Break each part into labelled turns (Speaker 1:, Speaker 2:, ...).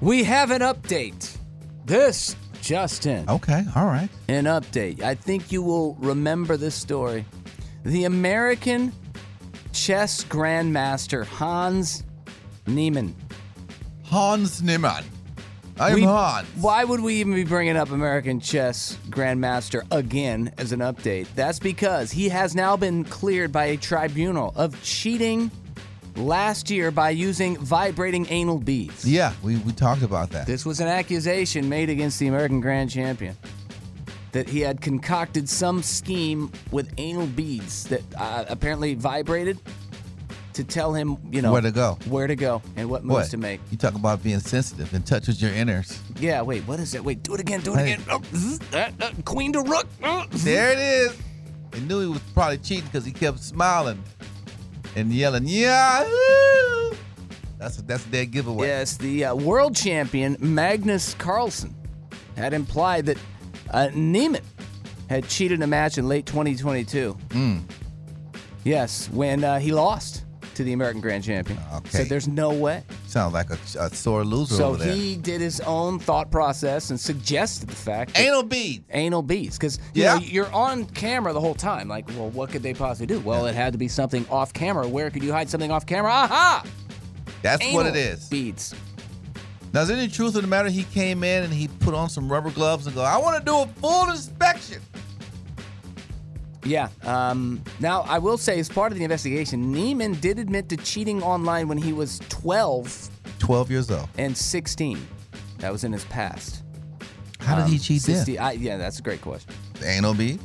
Speaker 1: We have an update. This, Justin,
Speaker 2: Okay, all right.
Speaker 1: an update. I think you will remember this story. The American chess grandmaster Hans Niemann.
Speaker 2: Hans Niemann. I'm
Speaker 1: We-
Speaker 2: Hans.
Speaker 1: Why would we even be bringing up American chess grandmaster again as an update? That's because he has now been cleared by a tribunal of cheating last year by using vibrating anal beads.
Speaker 2: Yeah, we, we talked about that.
Speaker 1: This was an accusation made against the American Grand Champion that he had concocted some scheme with anal beads that uh, apparently vibrated to tell him, you know,
Speaker 2: Where to go.
Speaker 1: where to go, and what moves
Speaker 2: what?
Speaker 1: to make.
Speaker 2: You talk about being sensitive in touch with your innards.
Speaker 1: Yeah, wait, what is it? Wait, do it again, do it
Speaker 2: Hey.
Speaker 1: again. Oh, zzz, uh, uh, queen to rook. uh, zzz.
Speaker 2: There it is. He knew he was probably cheating because he kept smiling and yelling, Yahoo! That's that's their giveaway.
Speaker 1: Yes, the uh, world champion Magnus Carlsen had implied that uh, Neiman had cheated a match in late 2022.
Speaker 2: Hmm.
Speaker 1: Yes, when uh, he lost to the American Grand Champion.
Speaker 2: Okay.
Speaker 1: Said there's no way.
Speaker 2: Sounds like a, a sore loser
Speaker 1: so
Speaker 2: over there.
Speaker 1: he did his own thought process and suggested the fact that
Speaker 2: Anal beads.
Speaker 1: anal beads because you
Speaker 2: Yeah.
Speaker 1: know, you're on camera the whole time. Like, well, what could they possibly do? Well, it had to be something off camera. Where could you hide something off camera? Aha!
Speaker 2: That's what it
Speaker 1: Anal
Speaker 2: is.
Speaker 1: Beads.
Speaker 2: Now, is there any truth of the matter? He came in and he put on some rubber gloves and go, I want to do a full inspection.
Speaker 1: Yeah. Um, now, I will say, as part of the investigation, Neiman did admit to cheating online when he was 12
Speaker 2: 12 years old.
Speaker 1: and 16. That was in his past.
Speaker 2: How
Speaker 1: Um,
Speaker 2: did he cheat then?
Speaker 1: 60 I, yeah, that's a great question.
Speaker 2: Anal bead?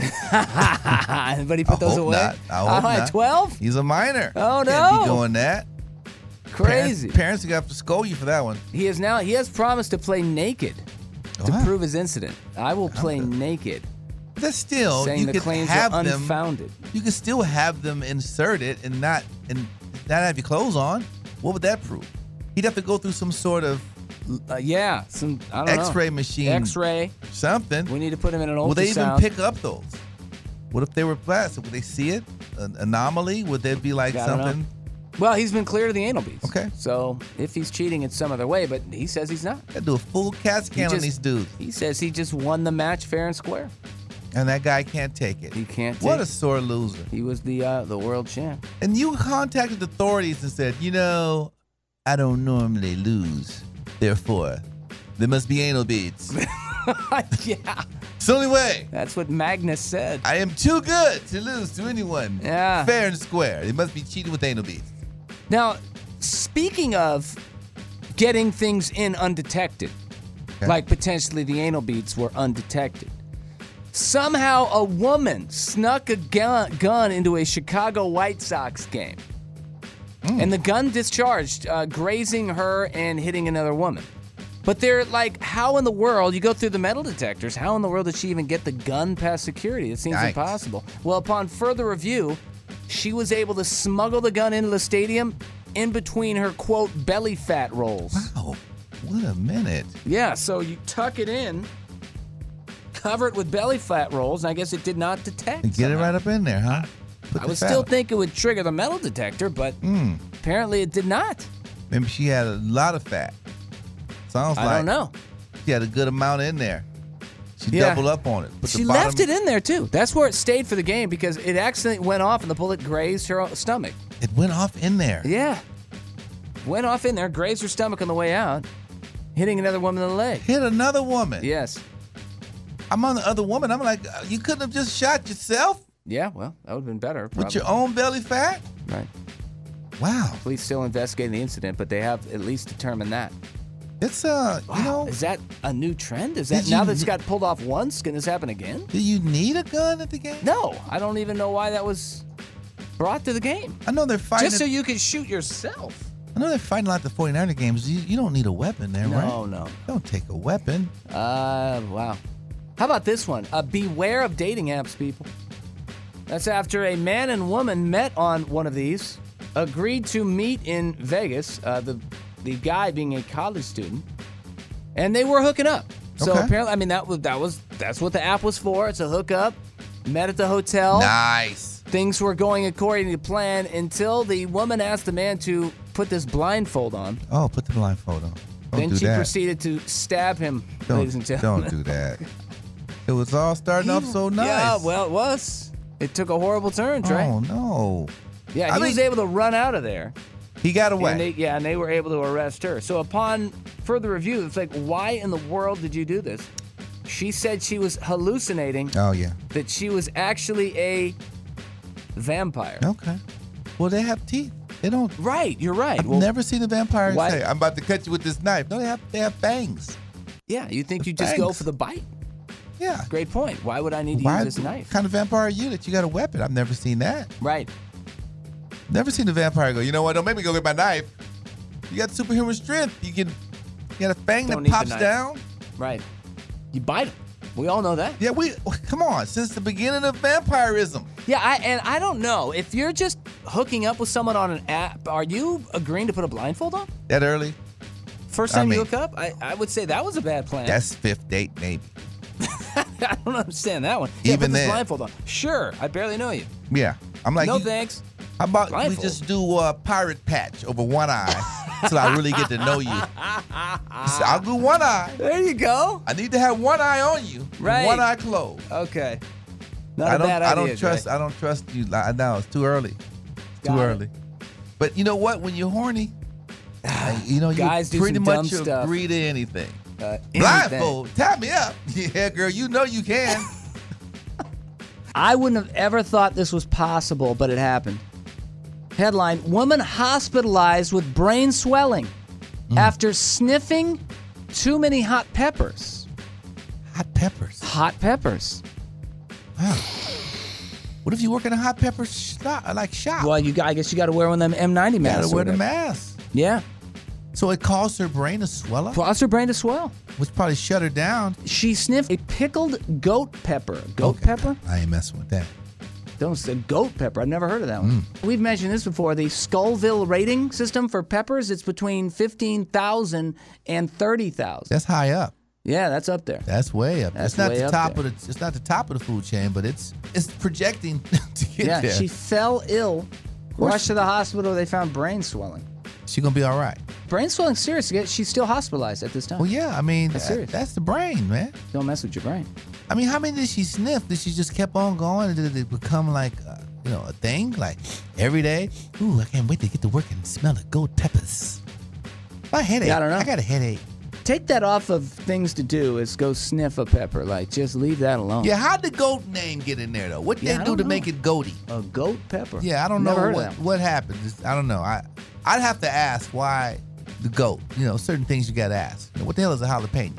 Speaker 1: but he put
Speaker 2: I
Speaker 1: those
Speaker 2: hope
Speaker 1: away.
Speaker 2: not. I hope
Speaker 1: Oh, at
Speaker 2: not.
Speaker 1: 12?
Speaker 2: He's a minor.
Speaker 1: Oh,
Speaker 2: Can't
Speaker 1: no.
Speaker 2: be doing that.
Speaker 1: Crazy.
Speaker 2: Parents, parents are gonna have to scold you for that one.
Speaker 1: He is now. He has promised to play naked to
Speaker 2: Wow.
Speaker 1: prove his incident. I will play
Speaker 2: good.
Speaker 1: naked,
Speaker 2: That's still
Speaker 1: saying
Speaker 2: Oh, you
Speaker 1: the
Speaker 2: could
Speaker 1: claims
Speaker 2: have
Speaker 1: are
Speaker 2: them.
Speaker 1: unfounded.
Speaker 2: You could still have them inserted and not and not have your clothes on. What would that prove? He'd have to go through some sort of
Speaker 1: Uh, yeah, some I don't know.
Speaker 2: X-ray machine.
Speaker 1: X-ray.
Speaker 2: something.
Speaker 1: We need to put him in an ultrasound.
Speaker 2: Will they even pick up those? What if they were plastic? Would they see it? An anomaly? Would there be like
Speaker 1: I don't know.
Speaker 2: something?
Speaker 1: Well, he's been cleared of the anal beads.
Speaker 2: Okay.
Speaker 1: So if he's cheating in some other way, but he says he's not.
Speaker 2: Gotta do a full CAT
Speaker 1: He
Speaker 2: scan on
Speaker 1: just-
Speaker 2: these dudes,
Speaker 1: He says he just won the match fair and square.
Speaker 2: and that guy can't take it.
Speaker 1: He can't.
Speaker 2: What
Speaker 1: take
Speaker 2: a sore loser.
Speaker 1: it. He was the uh, the world champ.
Speaker 2: And you contacted authorities and said, you know, I don't normally lose. Therefore, there must be anal beads.
Speaker 1: yeah,
Speaker 2: it's the only way.
Speaker 1: that's what Magnus said.
Speaker 2: I am too good to lose to anyone.
Speaker 1: Yeah.
Speaker 2: Fair and square. It must be cheating with anal beads.
Speaker 1: Now, speaking of getting things in undetected, like potentially the anal beads were undetected. Somehow, a woman snuck a gun, gun into a Chicago White Sox game, and the gun discharged, uh, grazing her and hitting another woman. But they're like, how in the world? You go through the metal detectors. How in the world did she even get the gun past security? It seems
Speaker 2: Yikes.
Speaker 1: impossible. Well, upon further review, she was able to smuggle the gun into the stadium in between her quote belly fat rolls.
Speaker 2: Wow. What a minute.
Speaker 1: Yeah, so you tuck it in, cover it with belly fat rolls, and I guess it did not detect.
Speaker 2: And get it
Speaker 1: somehow.
Speaker 2: right up in there, huh? Put
Speaker 1: I
Speaker 2: the Hmm.
Speaker 1: would
Speaker 2: fat
Speaker 1: still
Speaker 2: on.
Speaker 1: think it would trigger the metal detector, but apparently it did not.
Speaker 2: Maybe she had a lot of fat. Sounds
Speaker 1: I
Speaker 2: like
Speaker 1: don't know.
Speaker 2: she had a good amount in there. She
Speaker 1: Yeah.
Speaker 2: doubled up on it. Put the
Speaker 1: She
Speaker 2: bottom-
Speaker 1: left it in there too. That's where it stayed for the game because it accidentally went off and the bullet grazed her stomach.
Speaker 2: It went off in there.
Speaker 1: Yeah. Went off in there, grazed her stomach on the way out, hitting another woman in the leg.
Speaker 2: Hit another woman.
Speaker 1: Yes.
Speaker 2: I'm on the other woman. I'm like, uh, you couldn't have just shot yourself
Speaker 1: Yeah, well, that would have been better.
Speaker 2: with
Speaker 1: Probably.
Speaker 2: your own belly fat?
Speaker 1: Right.
Speaker 2: Wow.
Speaker 1: Police still investigating the incident, but they have at least determined that.
Speaker 2: It's uh, you
Speaker 1: Wow,
Speaker 2: know,
Speaker 1: is that a new trend? Is
Speaker 2: Did
Speaker 1: that now
Speaker 2: you
Speaker 1: that it's
Speaker 2: re-
Speaker 1: got pulled off once, can this happen again?
Speaker 2: do you need a gun at the game?
Speaker 1: No, I don't even know why that was brought to the game.
Speaker 2: I know they're fighting.
Speaker 1: Just so you can shoot yourself.
Speaker 2: I know they're fighting a lot at the 49er games. You, you don't need a weapon there,
Speaker 1: No,
Speaker 2: right?
Speaker 1: no.
Speaker 2: Don't take a weapon.
Speaker 1: Uh, wow. How about this one? Uh, beware of dating apps, people. That's after a man and woman met on one of these, agreed to meet in Vegas. Uh, the the guy being a college student, and they were hooking up. So
Speaker 2: Okay.
Speaker 1: apparently, I mean that was that was that's what the app was for. It's a hookup. Met at the hotel.
Speaker 2: Nice.
Speaker 1: Things were going according to plan until the woman asked the man to put this blindfold on.
Speaker 2: Oh, put the blindfold on. Don't
Speaker 1: then
Speaker 2: do
Speaker 1: she
Speaker 2: that.
Speaker 1: proceeded to stab him,
Speaker 2: Don't,
Speaker 1: ladies and gentlemen.
Speaker 2: don't do that. It was all starting off so nice.
Speaker 1: Yeah, well, it was. It took a horrible turn, Trey.
Speaker 2: Oh no.
Speaker 1: yeah,
Speaker 2: I
Speaker 1: he was
Speaker 2: mean-
Speaker 1: able to run out of there.
Speaker 2: He got
Speaker 1: And they,
Speaker 2: away.
Speaker 1: yeah, and they were able to arrest her. So upon further review, it's like, why in the world did you do this? She said she was hallucinating
Speaker 2: oh yeah.
Speaker 1: that she was actually a vampire.
Speaker 2: Okay. Well, they have teeth. They don't.
Speaker 1: Right, you're right.
Speaker 2: I've
Speaker 1: Well,
Speaker 2: never seen a vampire
Speaker 1: why-
Speaker 2: say, "I'm about to cut you with this knife." No, they have they have fangs.
Speaker 1: Yeah, you think you just go
Speaker 2: Thanks.
Speaker 1: for the bite?
Speaker 2: Yeah.
Speaker 1: Great point. Why would I need to
Speaker 2: Why
Speaker 1: use this knife?
Speaker 2: kind of vampire are you that you got a weapon? I've never seen that.
Speaker 1: Right.
Speaker 2: Never seen a vampire go. You know what? Don't make me go get my knife. You got superhuman strength. You can. You got a fang
Speaker 1: Don't need the
Speaker 2: that pops
Speaker 1: knife.
Speaker 2: down.
Speaker 1: Right. You bite them. We all know that.
Speaker 2: Yeah, we come on. Since the beginning of vampirism,
Speaker 1: Yeah, I, and I don't know if you're just hooking up with someone on an app. Are you agreeing to put a blindfold on?
Speaker 2: that early.
Speaker 1: First
Speaker 2: I
Speaker 1: time you
Speaker 2: mean-
Speaker 1: hook up, I, I would say that was a bad plan.
Speaker 2: That's fifth date, maybe.
Speaker 1: I don't understand that one. Yeah,
Speaker 2: Even
Speaker 1: put this
Speaker 2: then.
Speaker 1: blindfold on. Sure, I barely know you.
Speaker 2: Yeah, I'm like,
Speaker 1: no
Speaker 2: you-
Speaker 1: thanks.
Speaker 2: how about
Speaker 1: Blindfold.
Speaker 2: we just do a pirate patch over one eye, so I really get to know you. So I'll do one eye.
Speaker 1: There you go.
Speaker 2: I need to have one eye on you, and
Speaker 1: Right.
Speaker 2: one eye closed.
Speaker 1: Okay. Not
Speaker 2: I
Speaker 1: a
Speaker 2: don't,
Speaker 1: bad
Speaker 2: I
Speaker 1: idea.
Speaker 2: don't trust.
Speaker 1: Dre.
Speaker 2: I don't trust you. I know it's too early.
Speaker 1: Got
Speaker 2: too
Speaker 1: it.
Speaker 2: early. But you know what? When you're horny, uh, you know you
Speaker 1: Ah, Guys do
Speaker 2: pretty
Speaker 1: some
Speaker 2: much
Speaker 1: dumb stuff.
Speaker 2: agree to anything.
Speaker 1: Uh, anything.
Speaker 2: Blindfold, tie me up. Yeah, girl, you know you can.
Speaker 1: I wouldn't have ever thought this was possible, but it happened. Headline Woman hospitalized with brain swelling after sniffing too many hot peppers.
Speaker 2: Hot peppers.
Speaker 1: Hot peppers.
Speaker 2: What if you work in a hot pepper shop, like shop?
Speaker 1: Well, you got, I guess you got to wear one of them M90
Speaker 2: you
Speaker 1: masks.
Speaker 2: gotta
Speaker 1: or
Speaker 2: wear the
Speaker 1: whatever.
Speaker 2: mask.
Speaker 1: Yeah.
Speaker 2: So it caused her brain to swell up,
Speaker 1: Cause her brain to swell.
Speaker 2: which probably shut her down.
Speaker 1: She sniffed a pickled goat pepper. Goat
Speaker 2: Okay.
Speaker 1: pepper?
Speaker 2: I ain't messing with that.
Speaker 1: Don't say goat pepper. I've never heard of that one. We've mentioned this before. The Skullville rating system for peppers, it's between 15,000 and 30,000.
Speaker 2: That's high up.
Speaker 1: Yeah, that's up there.
Speaker 2: That's way up.
Speaker 1: That's
Speaker 2: it's not
Speaker 1: way
Speaker 2: the
Speaker 1: up
Speaker 2: top
Speaker 1: there.
Speaker 2: of the. It's not the top of the food chain, but it's it's projecting to get
Speaker 1: Yeah,
Speaker 2: there.
Speaker 1: she fell ill,
Speaker 2: course
Speaker 1: rushed
Speaker 2: she
Speaker 1: to the hospital. They found brain swelling.
Speaker 2: She gonna be all right.
Speaker 1: Brain swelling serious. yet She's still hospitalized at this time.
Speaker 2: Well, yeah. I mean,
Speaker 1: That's
Speaker 2: that-
Speaker 1: serious.
Speaker 2: that's the brain, man.
Speaker 1: Don't mess with your brain.
Speaker 2: I mean, how many did she sniff? Did she just kept on going? Did it become like, uh, you know, a thing? Like every day? Ooh, I can't wait to get to work and smell the gold peppers. My headache.
Speaker 1: Yeah, I don't know.
Speaker 2: I got a headache.
Speaker 1: Take that off of things to do is go sniff a pepper. Like, just leave that alone.
Speaker 2: Yeah, how'd the goat name get in there though? What
Speaker 1: Yeah,
Speaker 2: they
Speaker 1: I
Speaker 2: do
Speaker 1: don't
Speaker 2: to
Speaker 1: know.
Speaker 2: make it goaty?
Speaker 1: A goat pepper.
Speaker 2: Yeah, I don't
Speaker 1: Never heard
Speaker 2: know
Speaker 1: of
Speaker 2: what
Speaker 1: that one.
Speaker 2: what happened. Just- I don't know. I I'd have to ask why the goat. You know, certain things you gotta ask. You know, what the hell is a jalapeno?